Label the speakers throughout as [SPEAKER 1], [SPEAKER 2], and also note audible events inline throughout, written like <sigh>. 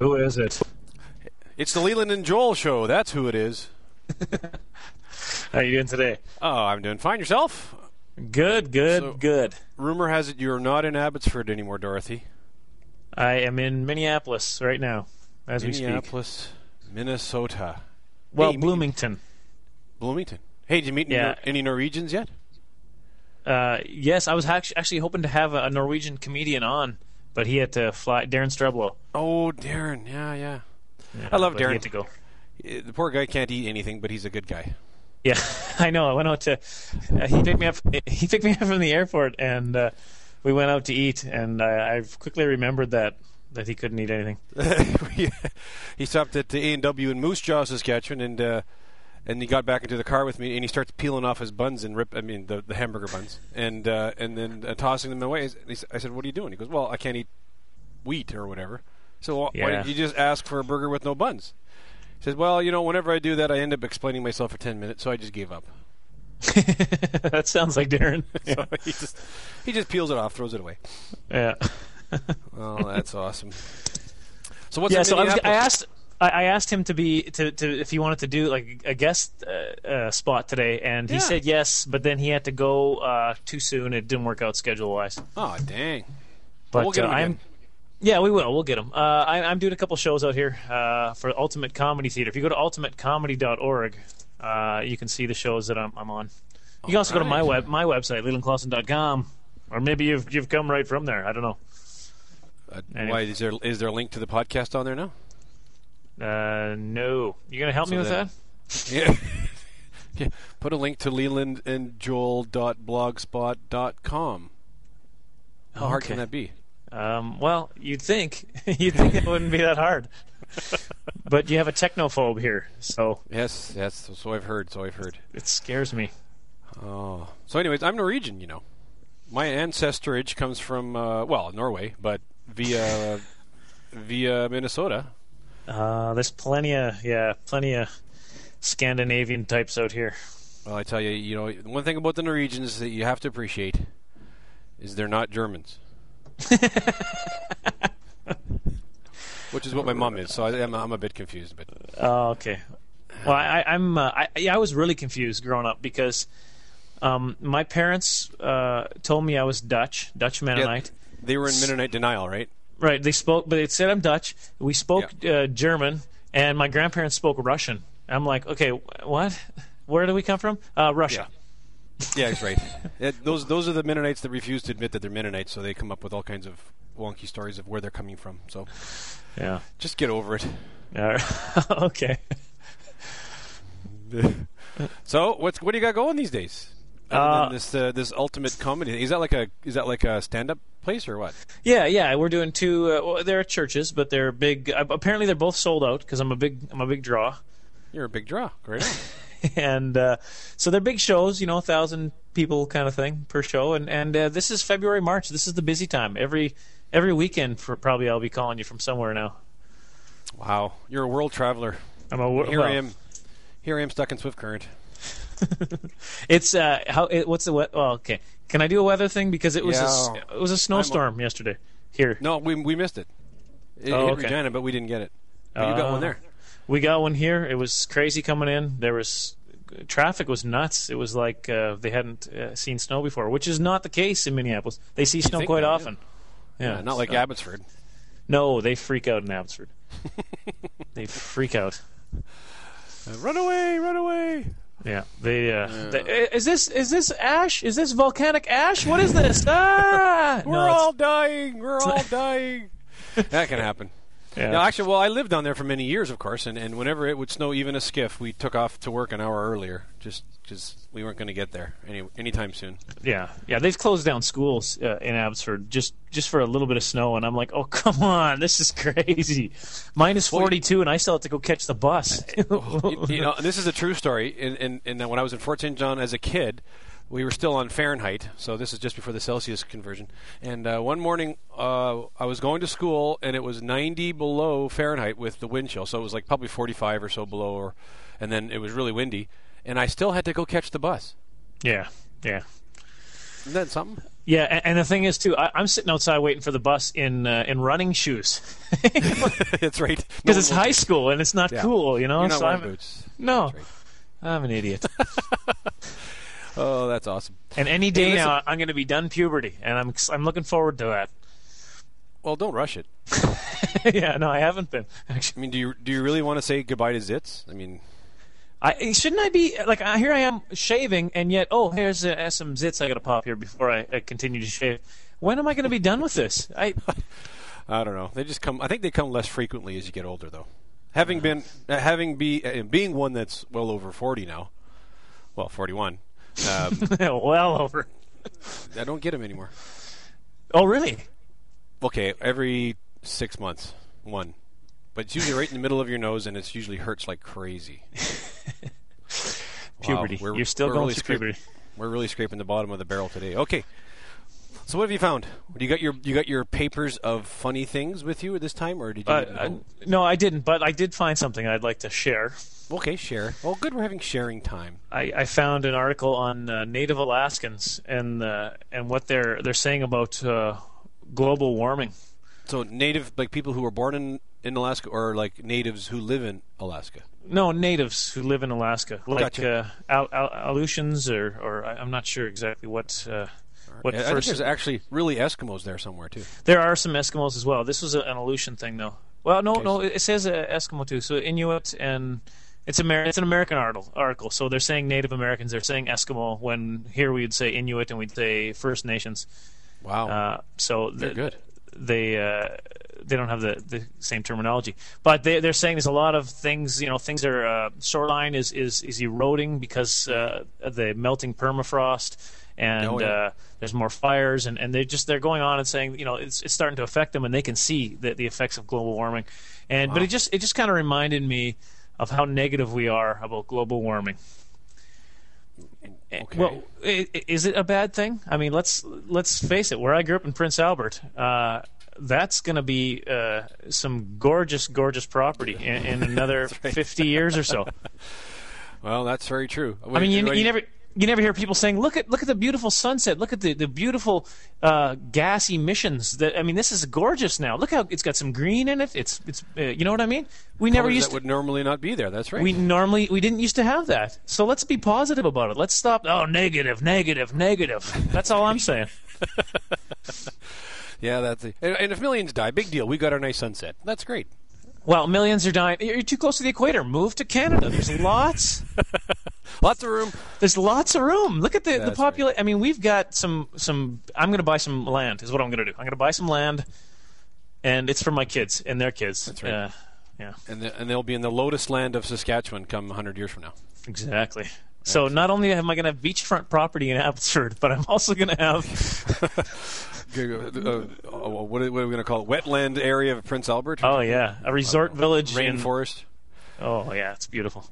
[SPEAKER 1] Who is it?
[SPEAKER 2] It's the Leland and Joel show. That's who it is.
[SPEAKER 1] How you doing today?
[SPEAKER 2] Oh, I'm doing fine. Yourself?
[SPEAKER 1] Good, good,
[SPEAKER 2] So-
[SPEAKER 1] good.
[SPEAKER 2] Rumor has it you're not in Abbotsford anymore, Dorothy.
[SPEAKER 1] I am in Minneapolis right now, as we speak.
[SPEAKER 2] Minneapolis, Minnesota,
[SPEAKER 1] Well,
[SPEAKER 2] Hey, me-
[SPEAKER 1] Bloomington.
[SPEAKER 2] Bloomington. Hey, did you meet any,
[SPEAKER 1] Yeah.
[SPEAKER 2] Nor- any Norwegians yet?
[SPEAKER 1] Uh, yes, I was act- actually hoping to have a a Norwegian comedian on, but he had to fly. Darren Streblo.
[SPEAKER 2] Oh, Darren. Yeah, yeah.
[SPEAKER 1] Yeah,
[SPEAKER 2] I love
[SPEAKER 1] but He
[SPEAKER 2] Darren.
[SPEAKER 1] had to go.
[SPEAKER 2] Eh, The poor guy can't eat anything, but he's a good guy.
[SPEAKER 1] Yeah, <laughs> I know. I went out to. Uh, he picked me up. He picked me up from the airport, and uh, we went out to eat. And I, I quickly remembered that that he couldn't eat anything. <laughs>
[SPEAKER 2] <laughs> he stopped at the A&W in Moose Jaw, Saskatchewan, and uh, and he got back into the car with me, and he starts peeling off his buns and rip. I mean, the, the hamburger buns, and uh, and then uh, tossing them away. He s- I said, "What are you doing?" He goes, "Well, I can't eat wheat or whatever. So wh- why
[SPEAKER 1] Yeah.
[SPEAKER 2] did you just ask for a burger with no buns?" He says, "Well, you know, whenever I do that, I end up explaining myself for ten minutes, so I just gave up." <laughs>
[SPEAKER 1] that sounds like Darren.
[SPEAKER 2] So he just he just peels it off, throws it away.
[SPEAKER 1] Yeah.
[SPEAKER 2] Oh, that's <laughs> awesome. So what's
[SPEAKER 1] yeah.
[SPEAKER 2] in
[SPEAKER 1] So I, was, I
[SPEAKER 2] Minneapolis?
[SPEAKER 1] asked. I- I asked him to be to, to if he wanted to do like a guest uh, uh, spot today, and he
[SPEAKER 2] Yeah.
[SPEAKER 1] said yes, but then he had to go uh, too soon. It didn't work out schedule wise.
[SPEAKER 2] Oh, dang.
[SPEAKER 1] But
[SPEAKER 2] We'll get him
[SPEAKER 1] uh, I'm.
[SPEAKER 2] again.
[SPEAKER 1] Yeah, we will. We'll get him. Uh, I, I'm doing a couple shows out here uh, for Ultimate Comedy Theater. If you go to ultimatecomedy.org, uh, you can see the shows that I'm, I'm on. You can also go to my
[SPEAKER 2] Alright.
[SPEAKER 1] web my website, lelandclausen.com, or maybe you've you've come right from there. I don't know.
[SPEAKER 2] Uh,
[SPEAKER 1] Anyway.
[SPEAKER 2] Why is there is there a link to the podcast on there <laughs> now?
[SPEAKER 1] Uh, no, you gonna help me with
[SPEAKER 2] then-
[SPEAKER 1] that?
[SPEAKER 2] Yeah. <laughs> yeah. Put a link to Leland and Joel dot blogspot dot com. How hard
[SPEAKER 1] Okay.
[SPEAKER 2] can that be?
[SPEAKER 1] Um, well, you'd think <laughs> you'd think that wouldn't be that <laughs> hard, but you have a technophobe here, so
[SPEAKER 2] Yes, yes. So, so I've heard. So I've heard.
[SPEAKER 1] it scares me.
[SPEAKER 2] Oh. So, anyways, I'm Norwegian. You know, my ancestrage comes from uh, well Norway, but <laughs> via via Minnesota.
[SPEAKER 1] Uh, there's plenty of yeah, plenty of Scandinavian types out here.
[SPEAKER 2] Well, I tell you, you know, one thing about the Norwegians that you have to appreciate is they're not Germans. Which is what my mom is, so I, I'm, I'm a bit confused. But
[SPEAKER 1] Oh, okay. Well, I, I- I'm. Uh, I, yeah, I was really confused growing up because um, my parents uh, told me I was Dutch, Dutch Mennonite.
[SPEAKER 2] they were in Mennonite denial, right?
[SPEAKER 1] Right. They spoke, but they said I'm Dutch. We spoke uh, German, and my grandparents spoke Russian. I'm like, okay, wh- what? Where do we come from? Uh, Russia.
[SPEAKER 2] Yeah, that's right. Yeah, those those are the Mennonites that refuse to admit that they're Mennonites, so they come up with all kinds of wonky stories of where they're coming from. So
[SPEAKER 1] Yeah.
[SPEAKER 2] just get over it.
[SPEAKER 1] Uh, <laughs> okay.
[SPEAKER 2] so what's what do you got going these days? Other than this uh, this ultimate comedy is that like a is that like a stand up place or what?
[SPEAKER 1] Yeah, yeah, we're doing two. Uh, well, they're churches, but they're big. Uh, apparently, they're both sold out because I'm a big, I'm a big draw. <laughs>
[SPEAKER 2] You're a big draw, great.
[SPEAKER 1] and uh, so they're big shows, you know, thousand people kind of thing per show. And and uh, this is February, March. This is the busy time. Every every weekend, for, probably I'll be calling you from somewhere now.
[SPEAKER 2] Wow, you're a world traveler.
[SPEAKER 1] I'm a
[SPEAKER 2] Here I
[SPEAKER 1] well,
[SPEAKER 2] am. Here I am stuck in Swift Current.
[SPEAKER 1] It's uh, how it, what's the wet? Well, okay. Can I do a weather thing because it was a s
[SPEAKER 2] Yeah.
[SPEAKER 1] it was a snowstorm yesterday here.
[SPEAKER 2] No, we we missed it. It
[SPEAKER 1] Oh,
[SPEAKER 2] hit
[SPEAKER 1] okay.
[SPEAKER 2] Regina, but we didn't get it. But you got
[SPEAKER 1] Ah.
[SPEAKER 2] one there.
[SPEAKER 1] We got one here. It was crazy coming in. There was traffic was nuts. It was like uh, they hadn't uh, seen snow before, which is not the case in Minneapolis. They see snow
[SPEAKER 2] think
[SPEAKER 1] quite
[SPEAKER 2] not, yeah.
[SPEAKER 1] often. Yeah,
[SPEAKER 2] Yeah, not like
[SPEAKER 1] so-
[SPEAKER 2] Abbotsford.
[SPEAKER 1] No, they freak out in
[SPEAKER 2] <laughs>
[SPEAKER 1] Abbotsford. they freak out.
[SPEAKER 2] Uh, run away, run away.
[SPEAKER 1] Yeah, they. Uh, they- is this is this ash? Is this volcanic ash? What is
[SPEAKER 2] <laughs>
[SPEAKER 1] this? Ah,
[SPEAKER 2] We're all dying.
[SPEAKER 1] <laughs>
[SPEAKER 2] We're all dying. That can happen.
[SPEAKER 1] Yeah.
[SPEAKER 2] No, actually, well, I lived down there for many years, of course, and, and whenever it would snow even a skiff, we took off to work an hour earlier, just because we weren't going to get there any anytime soon.
[SPEAKER 1] yeah, yeah. They've closed down schools uh, in Abbotsford just just for a little bit of snow, and I'm like, oh <laughs> come on, this is crazy. Minus 42, and I still have to go catch the
[SPEAKER 2] <laughs>
[SPEAKER 1] bus.
[SPEAKER 2] you, you know, this is a true story. And, and, and when I was in Fort St. John as a kid, we were still on Fahrenheit, so this is just before the Celsius conversion. And uh, one morning, uh, I was going to school, and it was 90 below Fahrenheit with the wind chill, so it was like probably 45 or so below, or, and then it was really windy. And I still had to go catch the bus.
[SPEAKER 1] yeah, yeah.
[SPEAKER 2] Isn't that something? <laughs>
[SPEAKER 1] Yeah, and, and the thing is too, I, I'm sitting outside waiting for the bus in uh, in running shoes <laughs> because <laughs>
[SPEAKER 2] That's right. No one
[SPEAKER 1] it's
[SPEAKER 2] will-
[SPEAKER 1] high school and it's not
[SPEAKER 2] Yeah.
[SPEAKER 1] cool, you know.
[SPEAKER 2] You're not
[SPEAKER 1] So
[SPEAKER 2] wearing
[SPEAKER 1] I'm-
[SPEAKER 2] boots.
[SPEAKER 1] No,
[SPEAKER 2] That's right.
[SPEAKER 1] I'm an
[SPEAKER 2] <laughs>
[SPEAKER 1] idiot.
[SPEAKER 2] Oh, that's awesome.
[SPEAKER 1] And any day
[SPEAKER 2] listen-
[SPEAKER 1] now, I'm going to be done puberty, and I'm I'm looking forward to
[SPEAKER 2] Well, don't rush it.
[SPEAKER 1] that. <laughs> yeah, no, I haven't been
[SPEAKER 2] I
[SPEAKER 1] actually.
[SPEAKER 2] mean, do you do you really want to say goodbye to zits? I mean,
[SPEAKER 1] I shouldn't I be like I, here I am shaving, and yet oh here's uh, some zits I got to pop here before I, I continue to shave. When am I going to be done with this? I <laughs>
[SPEAKER 2] I don't know. They just come. I think they come less frequently as you get older, though. Having been, uh, having be, uh, being one that's well over forty now, well, forty-one. Um,
[SPEAKER 1] well over.
[SPEAKER 2] I don't get them anymore.
[SPEAKER 1] Oh really?
[SPEAKER 2] Okay, every six months, one, but it's usually right in the middle of your nose, and it's usually hurts like crazy. Wow,
[SPEAKER 1] <laughs> Puberty.
[SPEAKER 2] we're-
[SPEAKER 1] You're still
[SPEAKER 2] we're
[SPEAKER 1] going
[SPEAKER 2] really
[SPEAKER 1] through
[SPEAKER 2] scraping-
[SPEAKER 1] puberty.
[SPEAKER 2] We're really scraping the bottom of the barrel today. Okay. So what have you found? You got your you got your papers of funny things with you at this time, or did you?
[SPEAKER 1] Uh, uh, no, I didn't, but I did find something I'd like to share.
[SPEAKER 2] okay, share. Well, good. We're having sharing time.
[SPEAKER 1] I, I found an article on uh, Native Alaskans and uh, and what they're they're saying about uh, global warming.
[SPEAKER 2] So native, like people who were born in in Alaska, or like natives who live in Alaska.
[SPEAKER 1] No, natives who live in Alaska, like
[SPEAKER 2] Gotcha.
[SPEAKER 1] uh, Al- Al- Aleutians, or or I- I'm not sure exactly what. Uh, what
[SPEAKER 2] I I think
[SPEAKER 1] first,
[SPEAKER 2] there's actually really Eskimos there somewhere too.
[SPEAKER 1] there are some Eskimos as well. This was a, an Aleutian thing, though. Well, no, no, it it says uh, Eskimo too. So Inuit and it's Amer- it's an American article, article. So they're saying Native Americans, they're saying Eskimo. When here we'd say Inuit and we'd say First Nations.
[SPEAKER 2] Wow,
[SPEAKER 1] Uh, so
[SPEAKER 2] they're
[SPEAKER 1] the,
[SPEAKER 2] good.
[SPEAKER 1] they uh, they don't have the, the same terminology, but they, they're saying there's a lot of things. You know, things are uh, shoreline is, is is eroding because uh, of the melting permafrost, and
[SPEAKER 2] Oh, yeah.
[SPEAKER 1] uh, there's more fires, and, and they just they're going on and saying you know it's it's starting to affect them, and they can see the, the effects of global warming, and but it just it just kind of reminded me of how negative we are about global warming. Eh,
[SPEAKER 2] Okay.
[SPEAKER 1] Well, i- i- is it a bad thing? I mean, let's let's face it. Where I grew up in Prince Albert, uh, that's going to be uh, some gorgeous, gorgeous property in, in
[SPEAKER 2] <laughs>
[SPEAKER 1] another fifty years or so.
[SPEAKER 2] Well, that's very true.
[SPEAKER 1] I mean, you, you never. You never hear people saying, "Look at look at the beautiful sunset. Look at the the beautiful uh, gas emissions." That I mean, this is gorgeous now. Look how it's got some green in it. It's it's uh, you know what I mean. We never
[SPEAKER 2] Colors
[SPEAKER 1] used
[SPEAKER 2] that
[SPEAKER 1] to,
[SPEAKER 2] would normally not be there. That's right.
[SPEAKER 1] we normally we didn't used to have that. So let's be positive about it. Let's stop. Oh, negative, negative, negative. That's all I'm saying.
[SPEAKER 2] yeah, that's it. And, and if millions die, big deal. We got our nice sunset. That's great.
[SPEAKER 1] Well, millions are dying. You're too close to the equator. Move to Canada. There's lots.
[SPEAKER 2] Lots of room.
[SPEAKER 1] There's lots of room. Look at the the
[SPEAKER 2] That's
[SPEAKER 1] population. I mean, we've got some some. I'm going to buy some land. Is what I'm going to do. I'm going to buy some land, and it's for my kids and their kids. That's
[SPEAKER 2] right.
[SPEAKER 1] Uh, yeah,
[SPEAKER 2] And, the, and they'll be in the lotus land of Saskatchewan come 100 years from now.
[SPEAKER 1] exactly. So not only am I going to have beachfront property in Abbotsford, but I'm also going to have
[SPEAKER 2] Okay, uh, uh, uh, what are what are we going to call it? Wetland area of Prince Albert?
[SPEAKER 1] oh yeah a resort village. in-
[SPEAKER 2] Uh, Rainforest?
[SPEAKER 1] oh yeah, it's beautiful.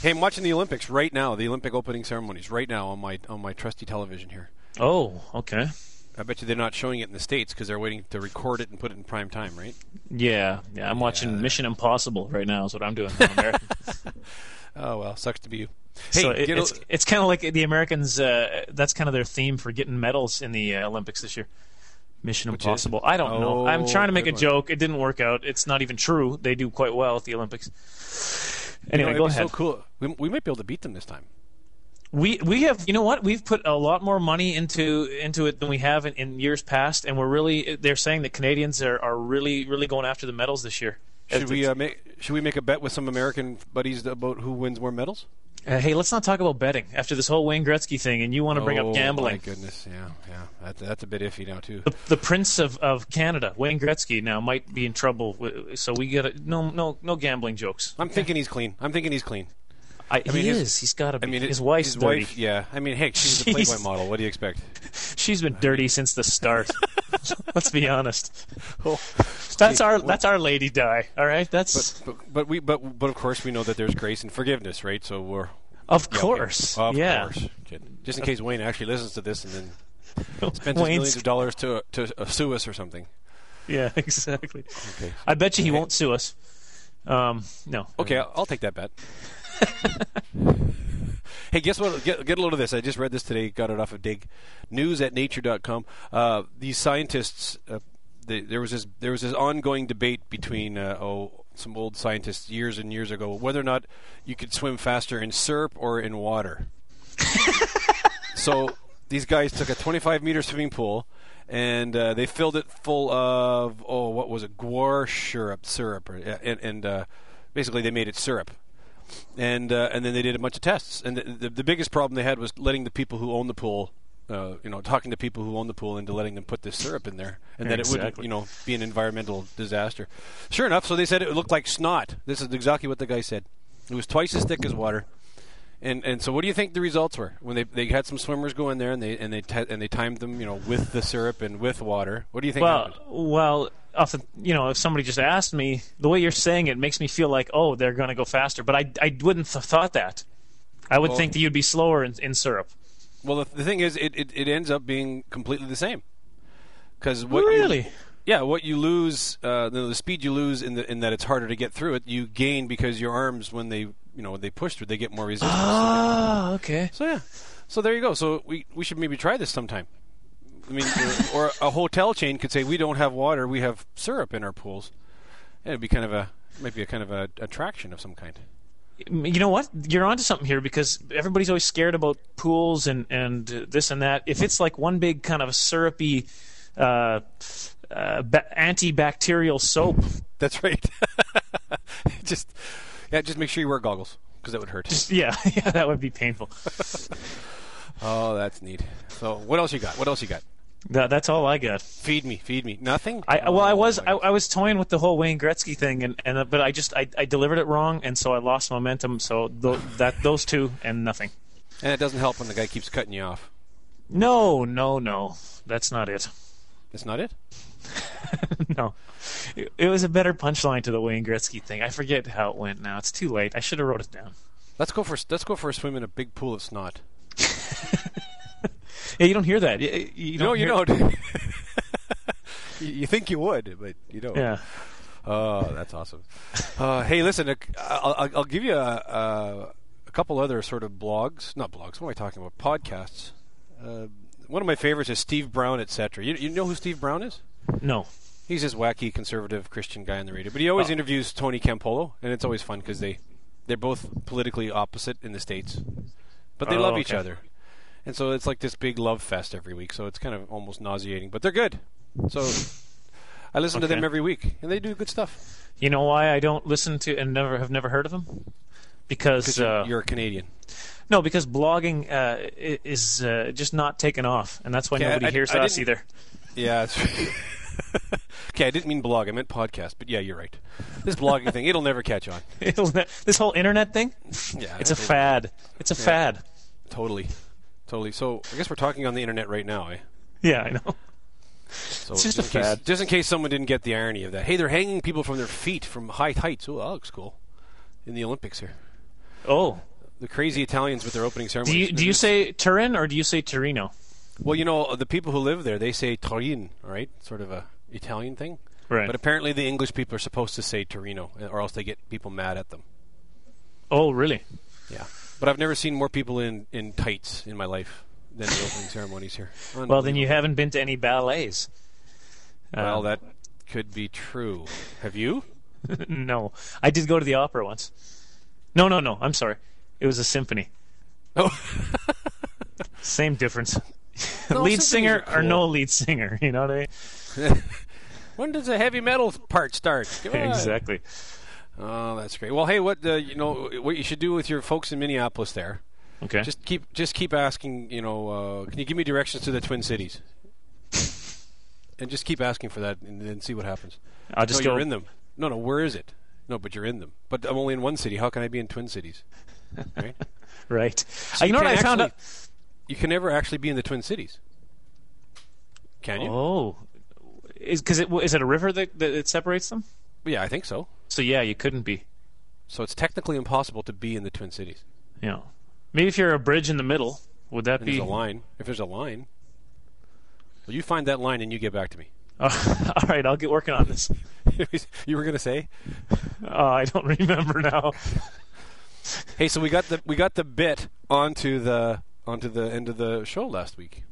[SPEAKER 2] Hey, I'm watching the Olympics right now. The Olympic opening ceremonies right now on my on my trusty television here.
[SPEAKER 1] Oh okay.
[SPEAKER 2] I bet you they're not showing it in the states because they're waiting to record it and put it in prime time, right?
[SPEAKER 1] Yeah, yeah. I'm watching Mission Impossible right now. Is what I'm doing. I'm American.
[SPEAKER 2] Oh well, sucks to be you. Hey,
[SPEAKER 1] so it,
[SPEAKER 2] get a-
[SPEAKER 1] it's it's kind of like the Americans. Uh, that's kind of their theme for getting medals in the uh, Olympics this year. Mission Impossible. I don't know. I'm
[SPEAKER 2] Oh,
[SPEAKER 1] trying to make
[SPEAKER 2] good
[SPEAKER 1] a
[SPEAKER 2] one.
[SPEAKER 1] joke. It didn't work out. It's not even true. They do quite well at the Olympics.
[SPEAKER 2] you know,
[SPEAKER 1] Anyway,
[SPEAKER 2] it'd
[SPEAKER 1] go
[SPEAKER 2] be
[SPEAKER 1] ahead.
[SPEAKER 2] So cool. We, we might be able to beat them this time.
[SPEAKER 1] We we have you know what we've put a lot more money into into it than we have in, in years past, and we're really they're saying that Canadians are, are really really going after the medals this year.
[SPEAKER 2] Should we
[SPEAKER 1] It's-
[SPEAKER 2] uh, make Should we make a bet with some American buddies about who wins more medals?
[SPEAKER 1] Uh, hey, let's not talk about betting after this whole Wayne Gretzky thing, and you want to bring
[SPEAKER 2] oh,
[SPEAKER 1] up gambling.
[SPEAKER 2] My goodness, yeah, yeah. That's that's a bit iffy now too.
[SPEAKER 1] the prince of, of Canada, Wayne Gretzky, now might be in trouble. wi- So we got to no no no gambling jokes.
[SPEAKER 2] I'm thinking he's clean. I'm thinking he's clean.
[SPEAKER 1] I,
[SPEAKER 2] mean,
[SPEAKER 1] he
[SPEAKER 2] his-
[SPEAKER 1] is. He's got to be.
[SPEAKER 2] I mean, it-
[SPEAKER 1] his wife's
[SPEAKER 2] his
[SPEAKER 1] dirty.
[SPEAKER 2] wife. Yeah. I mean, heck,
[SPEAKER 1] <laughs>
[SPEAKER 2] she's a
[SPEAKER 1] Jeez.
[SPEAKER 2] Playboy model. What do you expect?
[SPEAKER 1] She's been dirty since the
[SPEAKER 2] <laughs>
[SPEAKER 1] start. Let's be honest.
[SPEAKER 2] Oh.
[SPEAKER 1] That's our that's our lady die. All right. That's
[SPEAKER 2] But, but we, but but of course, we know that there's grace and forgiveness, right? So we're
[SPEAKER 1] of
[SPEAKER 2] yeah, okay.
[SPEAKER 1] course.
[SPEAKER 2] of
[SPEAKER 1] yeah.
[SPEAKER 2] course. Good. Just in case Wayne actually listens to this and then
[SPEAKER 1] <laughs>
[SPEAKER 2] spends his millions
[SPEAKER 1] Wayne's,
[SPEAKER 2] of dollars to to uh, sue us or something.
[SPEAKER 1] <laughs> yeah, exactly.
[SPEAKER 2] Okay.
[SPEAKER 1] I bet you he won't sue us. Um, no. <laughs>
[SPEAKER 2] Okay, I'll, I'll take that bet. hey, guess what? Get, get a load of this. I just read this today. Got it off of Dig News at Nature.com. Uh, these scientists. Uh, they, there was this there was this ongoing debate between uh, oh some old scientists years and years ago whether or not you could swim faster in syrup or in water. so these guys took a 25 meter swimming pool and uh, they filled it full of oh what was it guar syrup syrup or, and, and uh, basically they made it syrup and uh, and then they did a bunch of tests and the, the, the biggest problem they had was letting the people who own the pool uh, you know talking to people who own the pool into letting them put this syrup in there and that it wouldn't
[SPEAKER 1] Exactly.
[SPEAKER 2] you know be an environmental disaster sure enough so they said it looked like snot this is exactly what the guy said it was twice as thick as water and and so, what do you think the results were when they they had some swimmers go in there and they and they t- and they timed them, you know, with the syrup and with water? What do you think?
[SPEAKER 1] Well,
[SPEAKER 2] happened?
[SPEAKER 1] well, off the, you know, if somebody just asked me, the way you're saying it makes me feel like, oh, they're going to go faster. But I, I wouldn't have thought that. I would
[SPEAKER 2] Well-
[SPEAKER 1] think that you'd be slower in, in syrup.
[SPEAKER 2] Well, the, the thing is, it, it it ends up being completely the same. Because what you-
[SPEAKER 1] Really?
[SPEAKER 2] yeah, what you lose, uh, the, the speed you lose in the in that it's harder to get through it, you gain because your arms when they you know when they push through, they get more resistance.
[SPEAKER 1] Ah, okay.
[SPEAKER 2] So yeah, so there you go. So we we should maybe try this sometime. I mean, or, or a hotel chain could say we don't have water, we have syrup in our pools. And it'd be kind of a might be a kind of a attraction of some kind.
[SPEAKER 1] you know what? You're onto something here because everybody's always scared about pools and and uh, this and that. If it's like one big kind of syrupy uh, uh, ba- antibacterial soap, <laughs>
[SPEAKER 2] That's right. <laughs> just yeah, just make sure you wear goggles because that would hurt.
[SPEAKER 1] yeah, <laughs> yeah, that would be painful.
[SPEAKER 2] Oh, that's neat. So what else you got? What else you got?
[SPEAKER 1] That, that's all I got.
[SPEAKER 2] Feed me, feed me. Nothing.
[SPEAKER 1] I well, I
[SPEAKER 2] Oh,
[SPEAKER 1] was
[SPEAKER 2] my
[SPEAKER 1] I, I was toying with the whole Wayne Gretzky thing, and and uh, but I just I, I delivered it wrong, and so I lost momentum. So tho- that those two and nothing.
[SPEAKER 2] And it doesn't help when the guy keeps cutting you off.
[SPEAKER 1] No, no, no, that's not it. <laughs>
[SPEAKER 2] That's not it.
[SPEAKER 1] No, it, it was a better punchline to the Wayne Gretzky thing. I forget how it went. Now it's too late. I should have wrote it down.
[SPEAKER 2] Let's go for let's go for a swim in a big pool of snot.
[SPEAKER 1] Yeah, you don't hear that. You, you don't
[SPEAKER 2] no, you
[SPEAKER 1] hear-
[SPEAKER 2] don't. <laughs> you, you think you would, but you don't.
[SPEAKER 1] Yeah.
[SPEAKER 2] Oh, that's awesome. Uh, hey, listen, uh, I'll, I'll- I'll give you a, a, a couple other sort of blogs. Not blogs. What am I talking about? Podcasts. Uh, one of my favorites is Steve Brown, etc. You, you know who Steve Brown is?
[SPEAKER 1] No.
[SPEAKER 2] He's this wacky conservative Christian guy on the radio, but he always
[SPEAKER 1] Oh.
[SPEAKER 2] interviews Tony Campolo, and it's always fun because they they're both politically opposite in the states, but they
[SPEAKER 1] Oh,
[SPEAKER 2] love each
[SPEAKER 1] okay.
[SPEAKER 2] other, and so it's like this big love fest every week. So it's kind of almost nauseating, but they're good. So I listen to
[SPEAKER 1] Okay.
[SPEAKER 2] them every week, and they do good stuff.
[SPEAKER 1] You know why I don't listen to and never have never heard of him? Because uh,
[SPEAKER 2] You're a Canadian.
[SPEAKER 1] no, because blogging uh, i- is uh, just not taken off, and that's why
[SPEAKER 2] Okay, I-
[SPEAKER 1] nobody
[SPEAKER 2] I-
[SPEAKER 1] hears
[SPEAKER 2] I
[SPEAKER 1] us
[SPEAKER 2] didn't-
[SPEAKER 1] either.
[SPEAKER 2] Yeah. It's <laughs> okay, I didn't mean blog. I meant podcast. But yeah, you're right. This blogging thing, it'll never catch on.
[SPEAKER 1] It'll ne- this whole internet thing,
[SPEAKER 2] Yeah,
[SPEAKER 1] it's a
[SPEAKER 2] it'll-
[SPEAKER 1] fad. It's a fad.
[SPEAKER 2] Totally, totally. So I guess we're talking on the internet right now, eh?
[SPEAKER 1] Yeah, I know.
[SPEAKER 2] So
[SPEAKER 1] It's just a
[SPEAKER 2] in case-
[SPEAKER 1] fad.
[SPEAKER 2] just in case someone didn't get the irony of that. Hey, they're hanging people from their feet from high heights. Oh, that looks cool. In the Olympics here,
[SPEAKER 1] Oh,
[SPEAKER 2] the crazy Italians with their opening ceremony.
[SPEAKER 1] do you do you say Turin or do you say Torino?
[SPEAKER 2] Well, you know the people who live there, they say Torin, all right? Sort of a Italian thing.
[SPEAKER 1] Right.
[SPEAKER 2] But apparently, the English people are supposed to say Torino, or else they get people mad at them.
[SPEAKER 1] Oh, really?
[SPEAKER 2] Yeah. But I've never seen more people in, in tights in my life than the opening ceremonies here.
[SPEAKER 1] Well, then you
[SPEAKER 2] Unbelievable.
[SPEAKER 1] haven't been to any ballets.
[SPEAKER 2] Well,
[SPEAKER 1] Um,
[SPEAKER 2] that could be true. Have you? <laughs>
[SPEAKER 1] <laughs> no, I did go to the opera once. No, no, no. I'm sorry. It was a symphony.
[SPEAKER 2] Oh.
[SPEAKER 1] Same
[SPEAKER 2] <laughs>
[SPEAKER 1] difference.
[SPEAKER 2] No,
[SPEAKER 1] lead
[SPEAKER 2] symphonies
[SPEAKER 1] singer
[SPEAKER 2] are
[SPEAKER 1] or
[SPEAKER 2] cool.
[SPEAKER 1] no lead singer. <laughs> You know what I mean?
[SPEAKER 2] When does the heavy metal part start? Come on.
[SPEAKER 1] Exactly.
[SPEAKER 2] Oh, that's great. Well, hey, what uh, you know, what you should do with your folks in Minneapolis there?
[SPEAKER 1] Okay.
[SPEAKER 2] Just keep, just keep asking. You know, uh, can you give me directions to the Twin Cities? and just keep asking for that, and then see what happens.
[SPEAKER 1] I'll just
[SPEAKER 2] no,
[SPEAKER 1] go.
[SPEAKER 2] you're in them. No, no, where is it? No, but you're in them. But I'm only in one city. How can I be in
[SPEAKER 1] <laughs>
[SPEAKER 2] Twin Cities? Right?
[SPEAKER 1] Right. Uh, you know
[SPEAKER 2] You
[SPEAKER 1] what I
[SPEAKER 2] can't
[SPEAKER 1] found out?
[SPEAKER 2] actually- You can never actually be in the Twin Cities. Can you?
[SPEAKER 1] Oh, is because it is it a river that that it separates them?
[SPEAKER 2] Yeah, I think so.
[SPEAKER 1] So yeah, you couldn't be.
[SPEAKER 2] So it's technically impossible to be in the Twin Cities.
[SPEAKER 1] You know, maybe if you're a bridge in the middle, would that
[SPEAKER 2] And
[SPEAKER 1] be?
[SPEAKER 2] there's a line. If there's a line, well, you find that line and you get back to me. <laughs>
[SPEAKER 1] Uh, <laughs> all right, I'll get working on this.
[SPEAKER 2] you were going to say?
[SPEAKER 1] <laughs> Uh, I don't remember now.
[SPEAKER 2] Hey, so we got the we got the bit onto the onto the end of the show last week.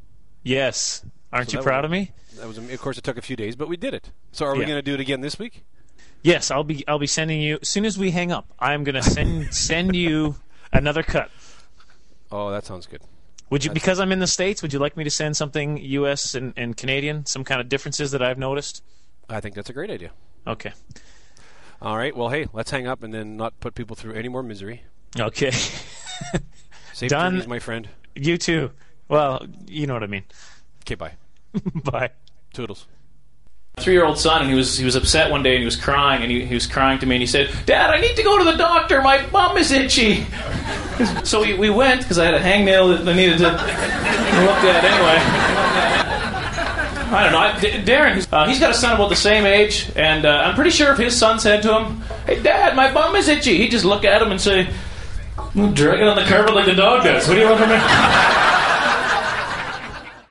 [SPEAKER 1] Yes. Aren't
[SPEAKER 2] So
[SPEAKER 1] you
[SPEAKER 2] that
[SPEAKER 1] proud
[SPEAKER 2] was-
[SPEAKER 1] of me?
[SPEAKER 2] That was of course it took a few days, but we did it. So are we
[SPEAKER 1] Yeah.
[SPEAKER 2] going to do it again this week?
[SPEAKER 1] Yes, I'll be I'll be sending you as soon as we hang up. I'm gonna
[SPEAKER 2] <laughs>
[SPEAKER 1] send send you another cut.
[SPEAKER 2] Oh, that sounds good.
[SPEAKER 1] Would you because I'm in the states? Would you like me to send something U.S. and, and Canadian? Some kind of differences that I've noticed.
[SPEAKER 2] I think that's a great idea.
[SPEAKER 1] Okay.
[SPEAKER 2] All right. Well, hey, let's hang up and then not put people through any more misery.
[SPEAKER 1] Okay. <laughs>
[SPEAKER 2] Safe
[SPEAKER 1] Done.
[SPEAKER 2] journeys, my friend.
[SPEAKER 1] you too. Well, you know what I mean. <laughs>
[SPEAKER 2] Okay, bye.
[SPEAKER 1] Bye.
[SPEAKER 2] Toodles.
[SPEAKER 1] three-year-old son, and he was he was upset one day, and he was crying, and he, he was crying to me, and he said, "Dad, I need to go to the doctor. My bum is itchy." <laughs> so we, we went because I had a hangnail that I needed to look at anyway. I don't know. I, D- Darren, uh, he's got a son about the same age, and uh, I'm pretty sure if his son said to him, "Hey, Dad, my bum is itchy," he'd just look at him and say, "Drag it on the carpet like the dog does." What do you want from me?